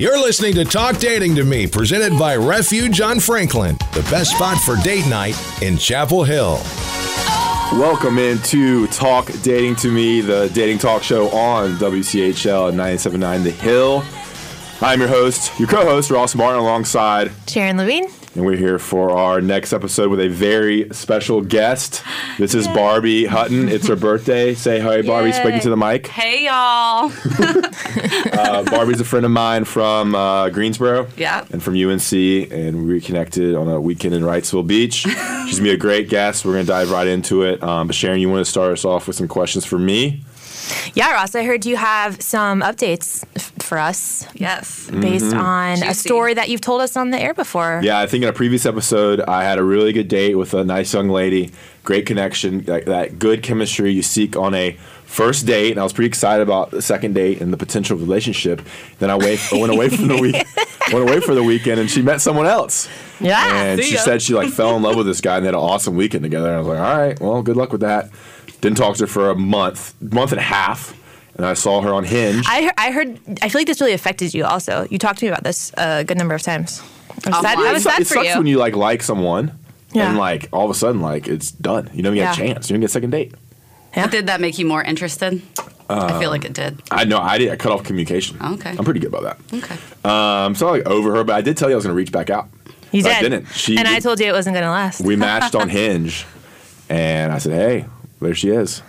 You're listening to Talk Dating to Me, presented by Refuge on Franklin, the best spot for date night in Chapel Hill. Welcome into Talk Dating to Me, the dating talk show on WCHL 979 The Hill. I'm your host, your co host, Ross Martin, alongside, Sharon Levine. and we're here for our next episode with a very special guest. This is Barbie Hutton. It's her birthday. Say hi, Barbie, speaking to the mic. Hey y'all. Uh, Barbie's a friend of mine from uh, Greensboro. Yeah. And from UNC, and we connected on a weekend in Wrightsville Beach. She's gonna be a great guest. We're gonna dive right into it. Um, but Sharon, you want to start us off with some questions for me? Yeah, Ross, I heard you have some updates f- for us Yes. based Mm-hmm. on a Juicy. story that you've told us on the air before. Yeah, I think in a previous episode, I had a really good date with a nice young lady. Great connection, that, that good chemistry you seek on a first date. And I was pretty excited about the second date and the potential relationship. Then I, wait, I went away from the week, went away for the weekend, and she met someone else. Yeah. And Ah, See she ya. said she like fell in love with this guy and they had an awesome weekend together. And I was like, all right, well, good luck with that. Didn't talk to her for a month, month and a half. And I saw her on Hinge. I, he- I heard, I feel like this really affected you also. You talked to me about this a good number of times. I was sad, wow. I it was su- sad it for sucks you. when you like like someone Yeah. and like all of a sudden like it's done. You don't even get Yeah. a chance. You don't get a second date. Yeah. Did that make you more interested? I feel like it did. I know I did. I cut off communication. Okay. I'm pretty good about that. Okay. Um, so I like over her, but I did tell you I was going to reach back out. You But did. I didn't. She and we, I told you it wasn't going to last. we matched on Hinge, and I said, "Hey, there she is."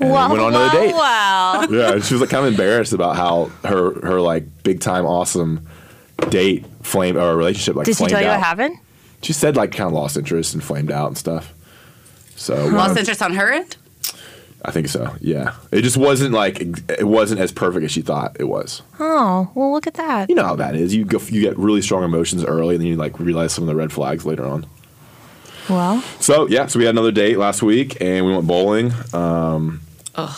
And Well, we went on another well, date. well. Yeah, and she was like kind of embarrassed about how her her like big time awesome date flame or relationship like Did she flamed tell you out. what happened? She said like kind of lost interest and flamed out and stuff. So Lost um, interest on her end? I think so. Yeah, it just wasn't like ex- it wasn't as perfect as she thought it was. Oh, well, look at that. You know how that is. You go, you get really strong emotions early, and then you like realize some of the red flags later on. Well, So yeah, so we had another date last week, and we went bowling. Um,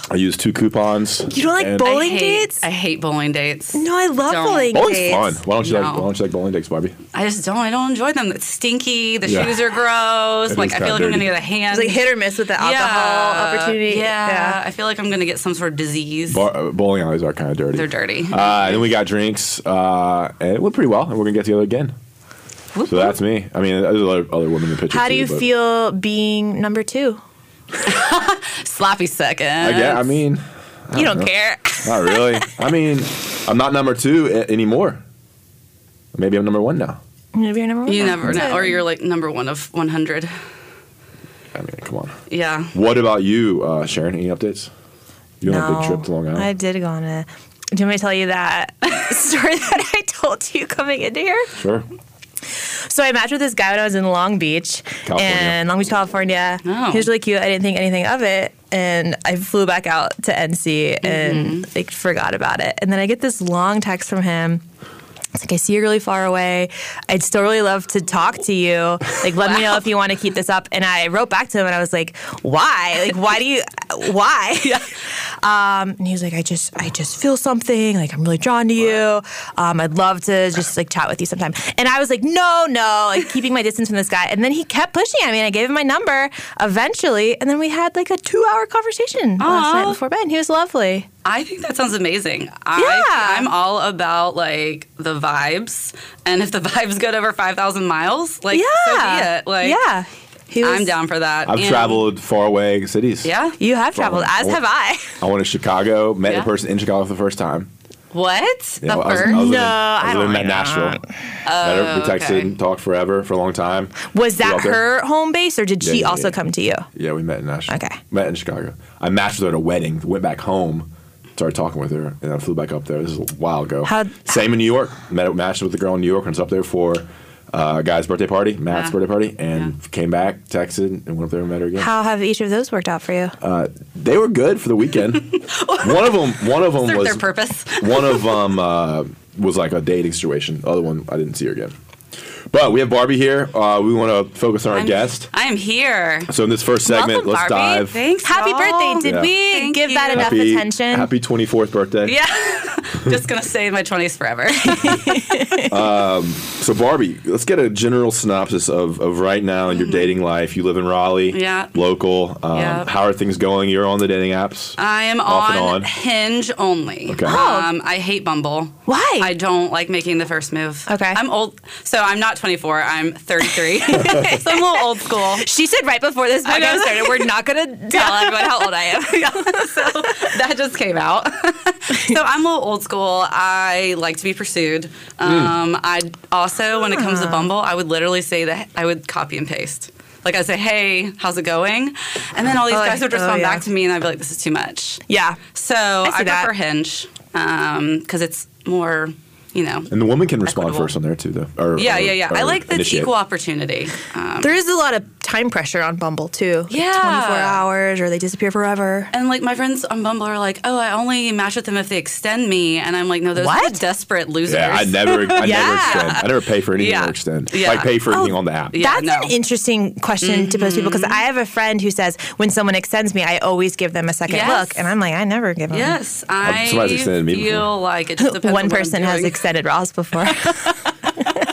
I used two coupons. you don't like and- I bowling hate- dates? I hate bowling dates. no, I love Don't. bowling Bowling's dates. fun. Why don't you like No. Why don't you like bowling dates, Barbie? I just don't. I don't enjoy them. It's stinky. The Yeah. shoes are gross. It like is kinda I feel like I'm dirty. gonna get a hand. It's like hit or miss with the alcohol opportunity. Yeah. I feel like I'm gonna get some sort of disease. Bar, uh, bowling alleys are kind of dirty. They're dirty. Uh, and then we got drinks, uh, and it went pretty well. And we're gonna get together again. Whoop, So that's me. I mean, there's other, other women in the picture. How do too, you but feel being number two? Sloppy second. I get. I mean, you don't care. Not really. I mean, I'm not number two a- anymore. Maybe I'm number one now. Maybe you're number one. you never know. That's Or it. you're like number one of one hundred. I mean, come on. Yeah. What about you, uh, Sharon? Any updates? You on a big No. trip to Long Island? I did go on a. Do you want me to tell you that story that I told you coming into here? sure. So I matched with this guy when I was in Long Beach, California. and Long Beach, California. Oh. He was really cute. I didn't think anything of it, and I flew back out to NC Mm-hmm. and like forgot about it. And then I get this long text from him. It's like I see you really far away. I'd still really love to talk to you. Like, let me know if you want to keep this up. And I wrote back to him, and I was like, "Why? Like, why do you? Why?" Um, and he was like, "I just, I just feel something. Like, I'm really drawn to you. Um, I'd love to just like chat with you sometime." And I was like, "No, no," like keeping my distance from this guy. And then he kept pushing at me, and I gave him my number eventually. And then we had like a two-hour conversation last Aw. night before bed. And he was lovely. I think that sounds amazing. Yeah. I, I'm all about like the vibes, and if the vibes good over five thousand miles, like Yeah, so be it. Like yeah, he was. I'm down for that. I've And- traveled far away cities. Yeah. You have traveled, as have I. I went to Chicago, met Yeah. a person in Chicago for the first time. What? Yeah, the well, I was, first? I was No, living, I I was living don't in Nashville. Met her, we texted Oh, okay. and talked forever for a long time. Was We that out there- her home base, or did Yeah, she yeah, also yeah. come to you? Yeah, we met in Nashville. Okay. Met in Chicago. I matched with her at a wedding, went back home, started talking with her, and I flew back up there. This is a while ago. How- Same in New York. Met matched with the girl in New York and was up there for uh, a guy's birthday party, Matt's Yeah. birthday party, and came back, texted, and went up there and met her again. How have each of those worked out for you? Uh, they were good for the weekend. one of them, one of them Served was their purpose. one of them uh, was like a dating situation. The other one, I didn't see her again. But we have Barbie here. Uh, we want to focus on our I'm- guest. I am here. So in this first segment, Welcome, let's Barbie. dive. Thanks. Happy y'all. birthday! Did Yeah. we Thank give that you. enough happy, attention? Happy 24th birthday. Yeah. Just gonna stay in my twenties forever. So, Barbie, let's get a general synopsis of, of right now in your dating life. You live in Raleigh, Mm-hmm. Yeah. local. Um, Yeah. Uh, How are things going? You're on the dating apps. I am Off on, and on. Hinge only. Okay. Um, I hate Bumble. Oh. Why? I don't like making the first move. Okay. I'm old. So I'm not 24. I'm 33. so I'm a little old school. she said right before this I know. podcast started, we're not going to tell everyone how old I am. that just came out. so I'm a little old school. I like to be pursued. Hmm. Um, I also, when it comes Uh-huh. to Bumble, I would literally say that I would copy and paste. Like I would say, hey, how's it going? And then all these Oh, guys would oh, respond yeah. back to me, and I'd be like, this is too much. Yeah. So I, see that. prefer Hinge because it's more, you know. And the woman can respond Equitable. first on there too, though. Or, Yeah, or- yeah, yeah. I or like that it's initiate. equal opportunity. Um, There is a lot of time pressure on Bumble too. Like Yeah. 24 hours or they disappear forever. And like my friends on Bumble are like, oh, I only match with them if they extend me, and I'm like, no, those are What? the desperate losers. Yeah, I never, I never Yeah. extend. I never pay for anything Yeah. or extend. Yeah. Oh, Like pay for anything on the app. Yeah, That's no. Mm-hmm. an interesting question to pose people because I have a friend who says when someone extends me, I always give them a second Yes. look, and I'm like, I never give them. Yes, I somebody's extended me before. feel like it just depends. One on what I'm person has doing. extended Ross before.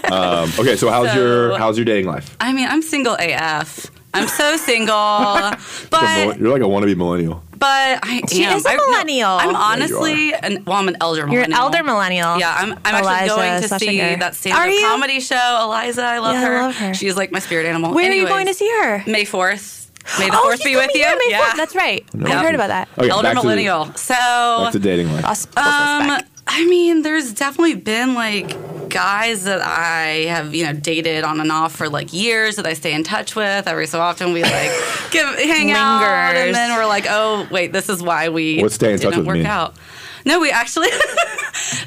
Um, okay, so how's So- your how's your dating life? I mean, I'm single AF. I'm so single, You're a but mil- You're like a wannabe millennial. but I She am. is a I- no, millennial. Yeah, I'm you honestly, an, well, I'm an elder You're an millennial. elder millennial. Yeah, I'm. I'm Eliza actually going to see Schlesinger. that Are stand-up you? comedy show. Eliza, I love Yeah, I her. love her. She's like my spirit animal. Where are you Anyways, going to see her? May fourth. May the Oh, fourth she's be with coming you. here May yeah. 4th. That's right. Yeah. I heard about that. Okay, elder back to the- millennial. so Oh, Back to dating life. Ross pulls us Um, back. I mean, there's definitely been like guys that I have, you know, dated on and off for like years that I stay in touch with. Every so often we like give hang out, Lingers. and then we're like, oh wait, this is why we What's stay in touch didn't with work mean? out. No, we actually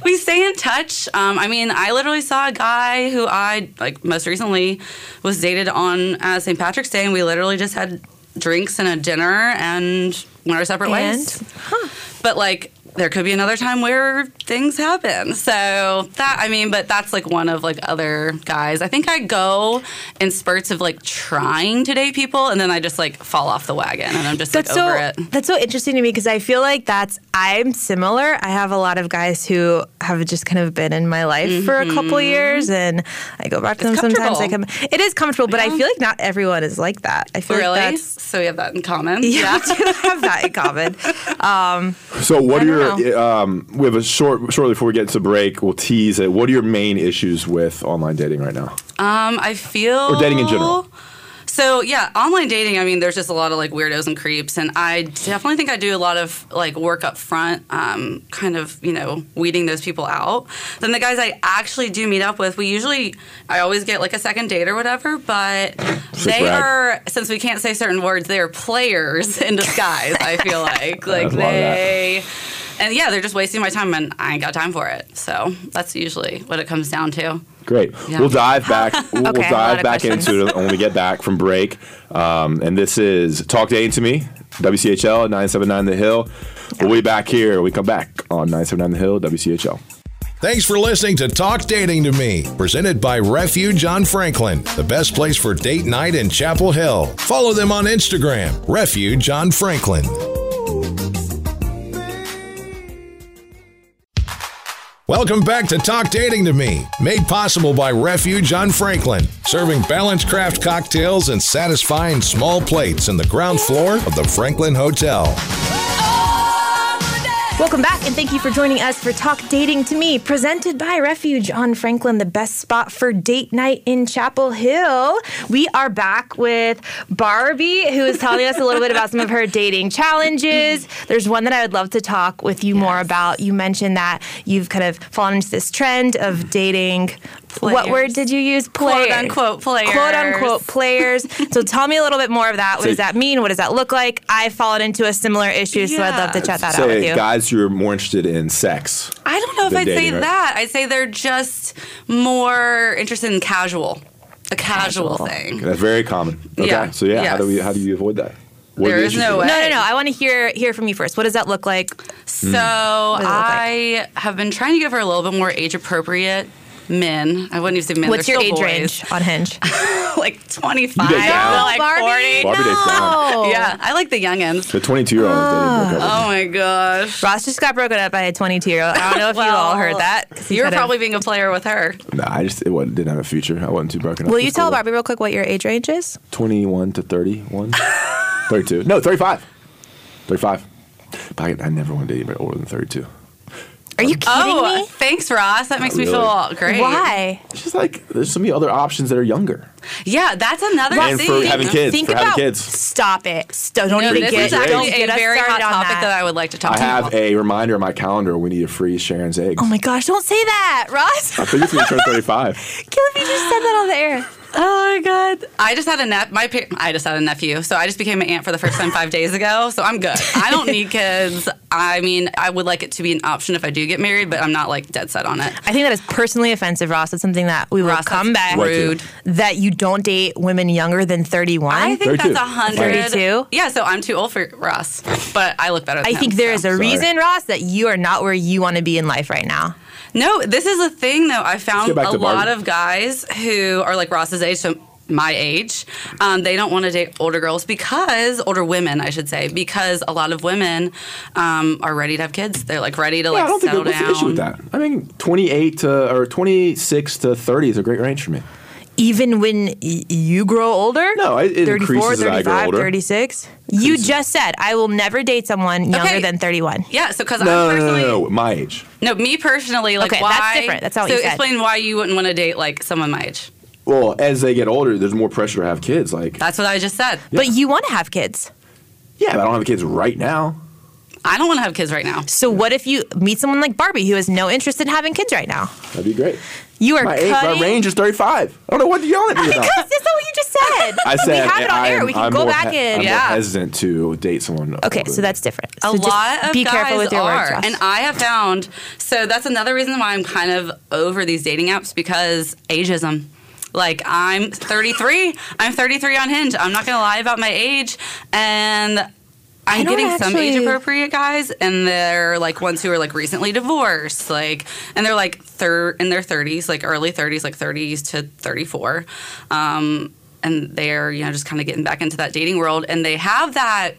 we stay in touch. Um, I mean, I literally saw a guy who I like most recently was dated on uh, St. Patrick's Day, and we literally just had drinks and a dinner and went our separate ways And but like there could be another time where things happen. So that I mean, but that's like one of like other guys. I think I go in spurts of like trying to date people, and then I just like fall off the wagon, and I'm just like that's so over it. that's so interesting to me because I feel like that's I'm similar. I have a lot of guys who have just kind of been in my life for a couple years, and I go back to Mm-hmm. It's them sometimes. I come. comfortable. It is comfortable, but I Yeah. feel like not everyone is like that. I feel like Really? that's So we have that in common. yeah, we do have that in common. So what I are don't your um, we have a short shortly before we get to break, we'll tease it. What are your main issues with online dating right now? Um, I feel Or dating in general. So yeah, online dating. I mean, there's just a lot of like weirdos and creeps, and I definitely think I do a lot of like work up front, um, kind of you know weeding those people out. Then the guys I actually do meet up with, we usually I always get like a second date or whatever, but they brag. are since we can't say certain words, they are players in disguise. I feel like like love that. they. And yeah, they're just wasting my time, and I ain't got time for it. So that's usually what it comes down to. Great. Yeah. We'll dive back. We'll Okay, a lot dive of back questions. into it when we get back from break. Um, and this is Talk Dating to Me, WCHL at 979 The Hill. We'll be back here. when We come back on 979 The Hill, WCHL. Thanks for listening to Talk Dating to Me, presented by Refuge on Franklin, the best place for date night in Chapel Hill. Follow them on Instagram, Refuge on Franklin. Welcome back to Talk Dating to Me, made possible by Refuge on Franklin, serving balanced craft cocktails and satisfying small plates in the ground floor of the Franklin Hotel. Welcome back, and thank you for joining us for Talk Dating to Me, presented by Refuge on Franklin, the best spot for date night in Chapel Hill. We are back with Barbie, who is telling us a little bit about some of her dating challenges. There's one that I would love to talk with you more about. You mentioned that you've kind of fallen into this trend of dating. What Players. word did you use? Quote unquote players. Quote unquote players. so tell me a little bit more of that. What does that mean? What does that look like? I've fallen into a similar issue, so I'd Yeah. love to chat that out with Say, you. guys, you're more interested in sex. I don't know if than I'd dating, say right? that. I'd say they're just more interested in casual, a casual, Casual. thing. That's very common. Okay. Yeah. So, yeah, how, do we, Yes. how do you avoid that? What are There the is issues no with way. that? No, no, no. I want to hear hear from you first. What does that look like? Hmm. So does it look I have been trying to give her a little bit more age appropriate men. I wouldn't even say men. What's they're your age still boys. range on Hinge? like 25 to You get down. like Barbie, 40. Barbie dates Oh. down. Yeah, I like the youngins. The 22 year old is dating. Oh my gosh. Ross just got broken up by a 22 year old. I don't know if you all heard that. 'cause he's You were had a- probably being a player with her. No, I just it wasn't, didn't have a future. I wasn't too broken up. Will It you was tell cool. Barbie real quick what your age range is? 21 to 31 32 no 35 35 But I, I never wanted to date anybody older than 32 Are Are you kidding Oh, me? thanks, Ross. That makes me Really? feel great. Why? It's just like there's so many other options that are younger. Yeah, that's another And thing. for having kids, Think for about having kids. stop it. St- don't No, even this get, is actually don't a get us very hot started on topic that. that. I would like to talk I have about. a reminder on my calendar. We need to freeze Sharon's eggs. Oh my gosh, don't say that, Ross. I think it's going to turn 35. Kill if you just said that on the air. Oh my god! I just had a nep- my pa- I just had a nephew, so I just became an aunt for the first time five days ago. So I'm good. I don't need kids. I mean, I would like it to be an option if I do get married, but I'm not like dead set on it. I think that is personally offensive, Ross. That's something that we will Ross, that's come back. rude. That you don't date women younger than 31. I think 32. that's a hundred. 32? Yeah, so I'm too old for Ross, but I look better. Than I him, think there so. is a reason, Ross, that you are not where you want to be in life right now. No, this is a thing though. I Let's found get back a to lot Barbie. of guys who are like Ross's age, so my age, um, they don't want to date older girls because older women, I should say, because a lot of women um, are ready to have kids. They're like ready to Yeah, like I don't think settle what's down. the issue with that. I mean, 28 to or 26 to 30 is a great range for me. Even when y- you grow older? No, it- it 34, increases as I grow 35, older. 36. You just said, I will never date someone younger Okay. than 31. Yeah, so because No, I'm no, no, personally no, no, my age. no, me personally, like Okay, why? that's different. That's not what so you said. explain why you wouldn't want to date like someone my age. Well, as they get older, there's more pressure to have kids. Like, That's what I just said. But you want to have kids. yeah, but I don't have kids right now. I don't want to have kids right now. So what if you meet someone like Barbie who has no interest in having kids right now? That'd be great. You are My age, my cutting. range is 35. I don't know what you're yelling at me about. Because that's not what you just said. I said we have it on I'm, air. We can I'm go more back he- I'm in. more Yeah. hesitant to date someone. Okay, older. so that's different. a So just lot of be guys careful with your are, words, Ross. and I have found so that's another reason why I'm kind of over these dating apps because ageism. Like I'm 33, I'm 33 on Hinge. I'm not gonna lie about my age, and I'm don't getting some actually- age appropriate guys, and they're like ones who are like recently divorced, like, and they're like thir- in their 30s, like early 30s, like 30s to 34, um, and they're you know just kind of getting back into that dating world, and they have that.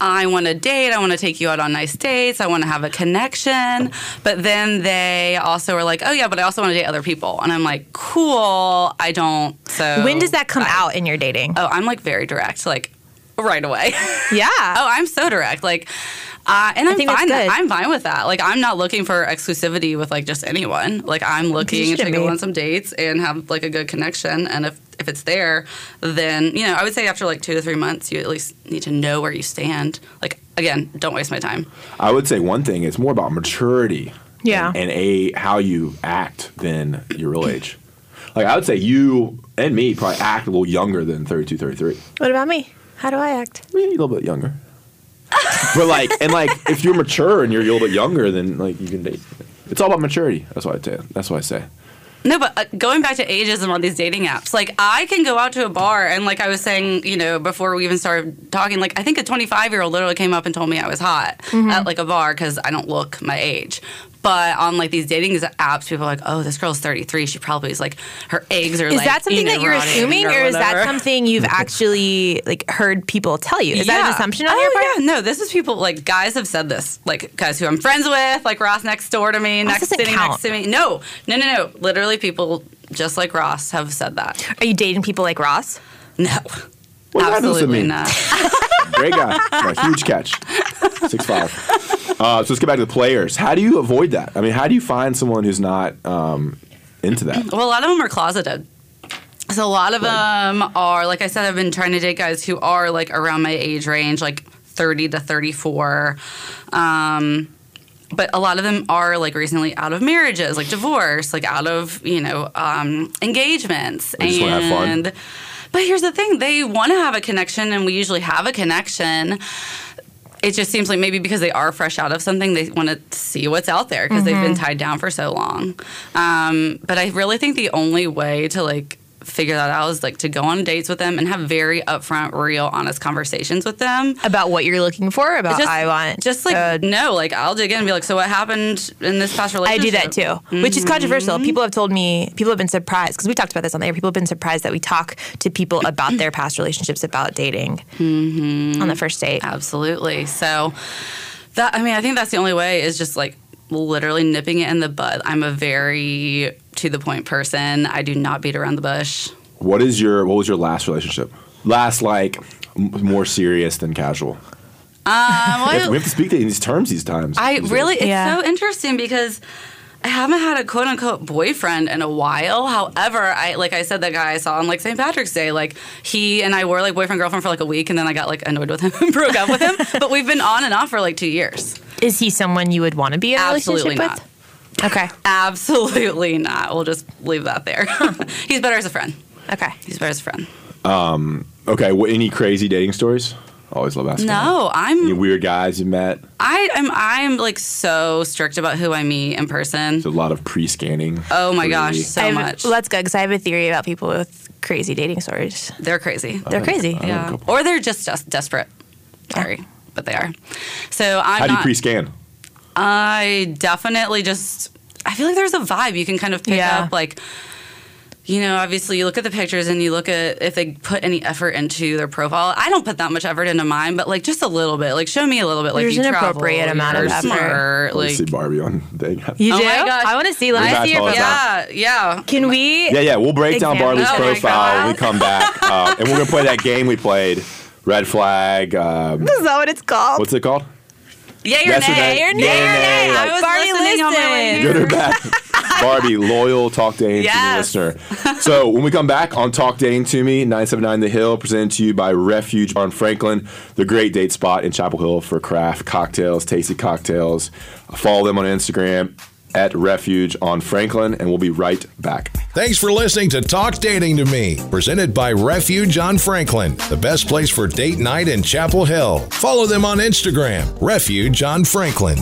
I want to date. I want to take you out on nice dates. I want to have a connection. But then they also are like, oh, yeah, but I also want to date other people. And I'm like, cool. I don't. So. when does that come bye. out in your dating? Oh, I'm like very direct, like right away. yeah. oh, I'm so direct. Like, uh, and I'm think that's fine. good. I'm fine with that. Like, I'm not looking for exclusivity with like just anyone. Like, I'm looking to should go be. on some dates and have like a good connection. And if if it's there, then you know, I would say after like two to three months, you at least need to know where you stand. Like, again, don't waste my time. I would say one thing. It's more about maturity. Yeah. And, and a how you act than your real age. Like I would say you and me probably act a little younger than 32, 33. What about me? How do I act? Maybe a little bit younger. but like and like if you're mature and you're a little bit younger, then like you can date. It's all about maturity. That's what I say. That's what I say. No, but uh, going back to ageism on these dating apps, like I can go out to a bar and, like I was saying, you know, before we even started talking, like I think a 25 year old literally came up and told me I was hot Mm-hmm. at like a bar because I don't look my age. But on like these dating apps, people are like, "Oh, this girl's 33. She probably is like her eggs are Is like." that something that you're eroded assuming, or is that whatever." something you've actually like heard people tell you? Is that an Yeah. assumption on oh, your part? Yeah, no, this is people like guys have said this. Like guys who I'm friends with, like Ross next door to me, next Oh, doesn't sitting count. next to me. No, no, no, no. Literally, people just like Ross have said that. Are you dating people like Ross? No. What does that also Absolutely mean? not. Great guy. A huge catch. Six five. Uh, so let's get back to the players. How do you avoid that? I mean, how do you find someone who's not um, into that? Well, a lot of them are closeted. So a lot of them are, like I said, I've been trying to date guys who are like around my age range, like 30 to 34. Um, but a lot of them are like recently out of marriages, like divorce, like out of, you know, um, engagements. They just wanna have fun. and but here's the thing, they want to have a connection and we usually have a connection. It just seems like maybe because they are fresh out of something, they want to see what's out there because they've been Mm-hmm. tied down for so long. Um, but I really think the only way to like figure that out is like to go on dates with them and have very upfront, real, honest conversations with them. About what you're looking for? About Just- Uh, I want? Just like uh, no, like I'll dig in and be like, so what happened in this past I relationship? do that too, which Mm-hmm. is controversial. People have told me, people have been surprised because we've talked about this on the air. People have been surprised that we talk to people about their past relationships, about dating Mm-hmm. on the first date. Absolutely. So that I mean, I think that's the only way is just like literally nipping it in the bud. I'm a very to the point person. I do not beat around the bush. What is your what was your last relationship? Last like m- more serious than casual. Um, We have, to, what- we have to speak to these terms these times. I really, it's Yeah. so interesting because I haven't had a quote unquote boyfriend in a while. However, I like I said, the guy I saw on like St. Patrick's Day, like he and I were like boyfriend girlfriend for like a week, and then I got like annoyed with him and broke up with him. But we've been on and off for like two years. Is he someone you would want to be in a Absolutely relationship not. with? Okay. Absolutely not. We'll just leave that there. He's better as a friend. Okay. He's better as a friend. Okay, wh- any crazy dating stories? Always love asking. that. No, Any I'm weird guys you met? I am I'm like so strict about who I meet in person. There's a lot of pre-scanning. Oh my gosh, Pre- so I have- much. Let's go because I have a theory about people with crazy dating stories. They're crazy. They're I crazy. have a Yeah. couple. Or they're just des- desperate. Sorry, but they are. So I'm How do you not- pre-scan? I definitely just. I feel like there's a vibe you can kind of pick Yeah. up, like. You know, obviously, you look at the pictures and you look at if they put any effort into their profile. I don't put that much effort into mine, but like just a little bit. Like, show me a little bit. Like, There's you an travel, appropriate amount of you're effort. smart, Like, Like, see Barbie on dating app. You Oh do? my gosh. I want to see. Let We've me had see your follow-up. profile. yeah, yeah. Can we? Yeah, yeah. We'll break down Example. Barley's Oh my profile when we God. come back, uh, and we're gonna play that game we played. Red flag. Um, Is that what it's called? what's it called? Yay or Yes or nay? nay? Yay or nay? Yay or nay? I was Barney listening on my way listened. here. Good or bad? Barbie, loyal talk dating Yes. to me listener. So when we come back on Talk Dating to Me, 979 The Hill, presented to you by Refuge Bar in Franklin, the great date spot in Chapel Hill for craft cocktails, tasty cocktails. Follow them on Instagram at Refuge on Franklin, and we'll be right back. Thanks for listening to Talk Dating to Me, presented by Refuge on Franklin, the best place for date night in Chapel Hill. Follow them on Instagram, Refuge on Franklin.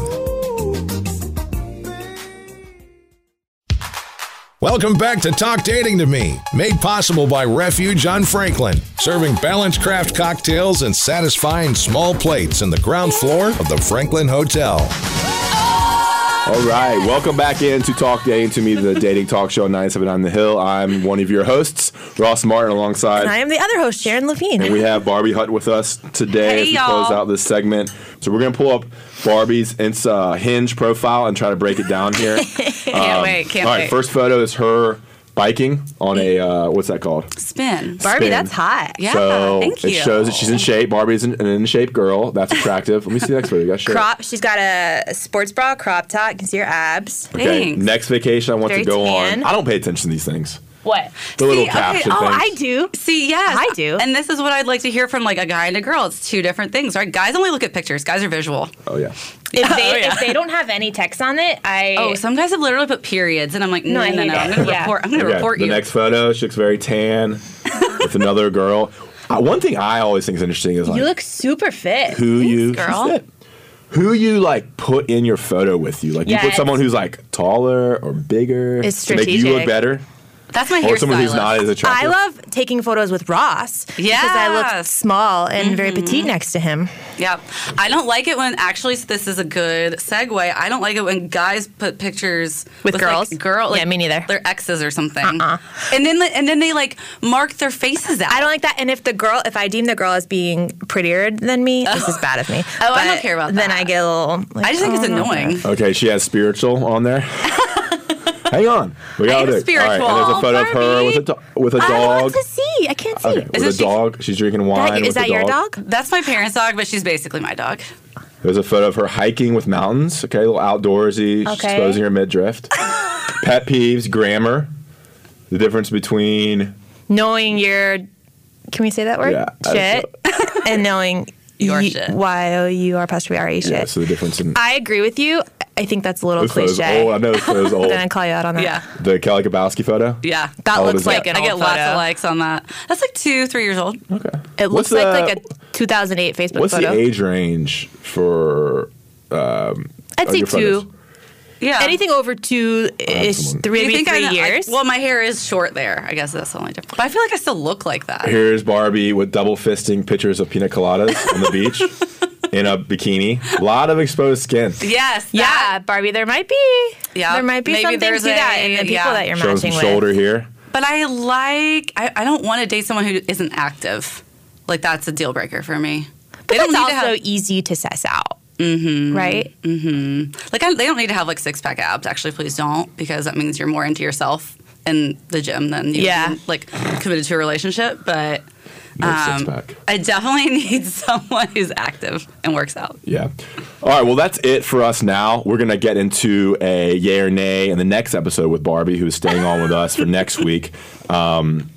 Welcome back to Talk Dating to Me, made possible by Refuge on Franklin, serving balanced craft cocktails and satisfying small plates in the ground floor of the Franklin Hotel. All right, welcome back in to Talk Dating to Me, the dating talk show on 979 The Hill. I'm one of your hosts, Ross Martin, alongside And I am the other host, Sharon Levine. We have Barbie Hutt with us today Hey, as we y'all. close out this segment. So we're gonna pull up Barbie's ins- uh, Hinge profile and try to break it down here. Um, Can't wait. Can't All right, wait. first photo is her biking on a uh, what's that called? spin. Barbie, spin. that's hot. Yeah, so thank it you. shows that she's in shape. Barbie's an, an in shape girl. That's attractive. Let me see the next photo. You got shape. Crop. She's got a sports bra, crop top. You can see her abs. Okay. Thanks. Next vacation I want Very to go tan. on. I don't pay attention to these things. What? The little See, okay, caption oh, things. I do. See, yes, I do. And this is what I'd like to hear from like a guy and a girl. It's two different things, right? Guys only look at pictures. Guys are visual. oh yeah. If they, yeah. if they don't have any text on it, I. Oh, some guys have literally put periods, and I'm like, no, I no, no, hate I'm it. gonna Yeah. report. I'm gonna Okay, report the you. next photo, she looks very tan with another girl. Uh, one thing I always think is interesting is like you look super fit. who you girl. That's it. who you like put in your photo with you. Like you put Yes. someone who's like taller or bigger It's to make you look strategic. better, That's my hair or someone who's not as I attractive. love taking photos with Ross because I look Yes. small and very petite next to him. Yeah, I don't like it when actually this is a good segue. I don't like it when guys put pictures With girls? like, girl, like, Yeah, me neither. Their exes or something, and then and then they like mark their faces out. I don't like that. And if the girl, if I deem the girl as being prettier than me, this is bad of me. Oh, I don't But care about Then that. I get a little. Like, I just think it's oh, no. annoying. okay, she has spiritual on there. Hang on, we am gotta do. it. All right, and there's a spiritual, photo of her with a do- with a I dog. want to see. I can't see. Okay, Is with a she- dog. She's drinking wine. that, with is that the your dog. dog? That's my parents' dog, but she's basically my dog. There's a photo of her hiking with mountains. Okay, a little outdoorsy. She's Okay. exposing her midriff. Pet peeves, grammar, the difference between Knowing your. Can we say that word? Yeah, I- Shit. and knowing Your y- shit. Y O U R apostrophe R E shit. yeah, so the difference in I agree with you. I think that's a little This photo's cliche. old. I know this photo's old. Then I call you out on that. Yeah, The Kelly Kabowski photo? yeah. That How old looks is that? like an I old get lots photo. of likes on that. That's like two, three years old. Okay. It looks What's like, the- like a 2008 Facebook What's photo. the age range for. Um, I'd uh, say your photos? two. Yeah. Anything over two ish, Absolutely. three, You maybe think three I, years. I, well, my hair is short there. I guess that's the only difference. But I feel like I still look like that. Here's Barbie with double fisting pictures of pina coladas on the beach in a bikini. A lot of exposed skin. Yes. yeah, that- Barbie, there might be. Yeah, There might be maybe something there's to that a- in the people yeah. that you're Showing some matching shoulder with. here. But I like. I, I don't want to date someone who isn't active. Like that's a deal breaker for me. But they don't it's need also to have easy to suss out. Mm-hmm. Right? like I, they don't need to have like six pack abs. Actually, please don't because that means you're more into yourself in the gym than you Yeah. like committed to a relationship. But No six um, pack. I definitely need someone who's active and works out. Yeah. All right. Well, that's it for us now. We're going to get into a yay or nay in the next episode with Barbie, who's staying on with us for next week. Um,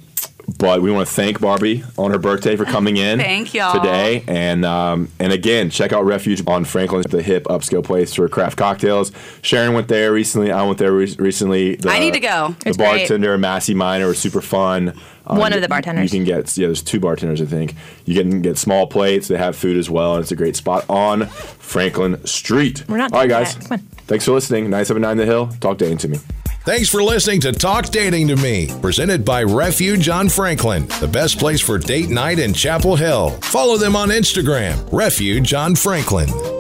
but we want to thank Barbie on her birthday for coming in Thank y'all. today. And um, and again, check out Refuge on Franklin, the hip upscale place for craft cocktails. Sharon went there recently. I went there re- recently. The, I need to go. The It's great. bartender, Massey Minor, was super fun. Um, One of the bartenders. You can get yeah. There's two bartenders, I think. You can get small plates. They have food as well, and it's a great spot on Franklin Street. We're not All right, doing guys. that. Come on. Thanks for listening. 979 The Hill. Talk dating to me. Thanks for listening to Talk Dating to Me, presented by Refuge on Franklin, the best place for date night in Chapel Hill. Follow them on Instagram, Refuge on Franklin.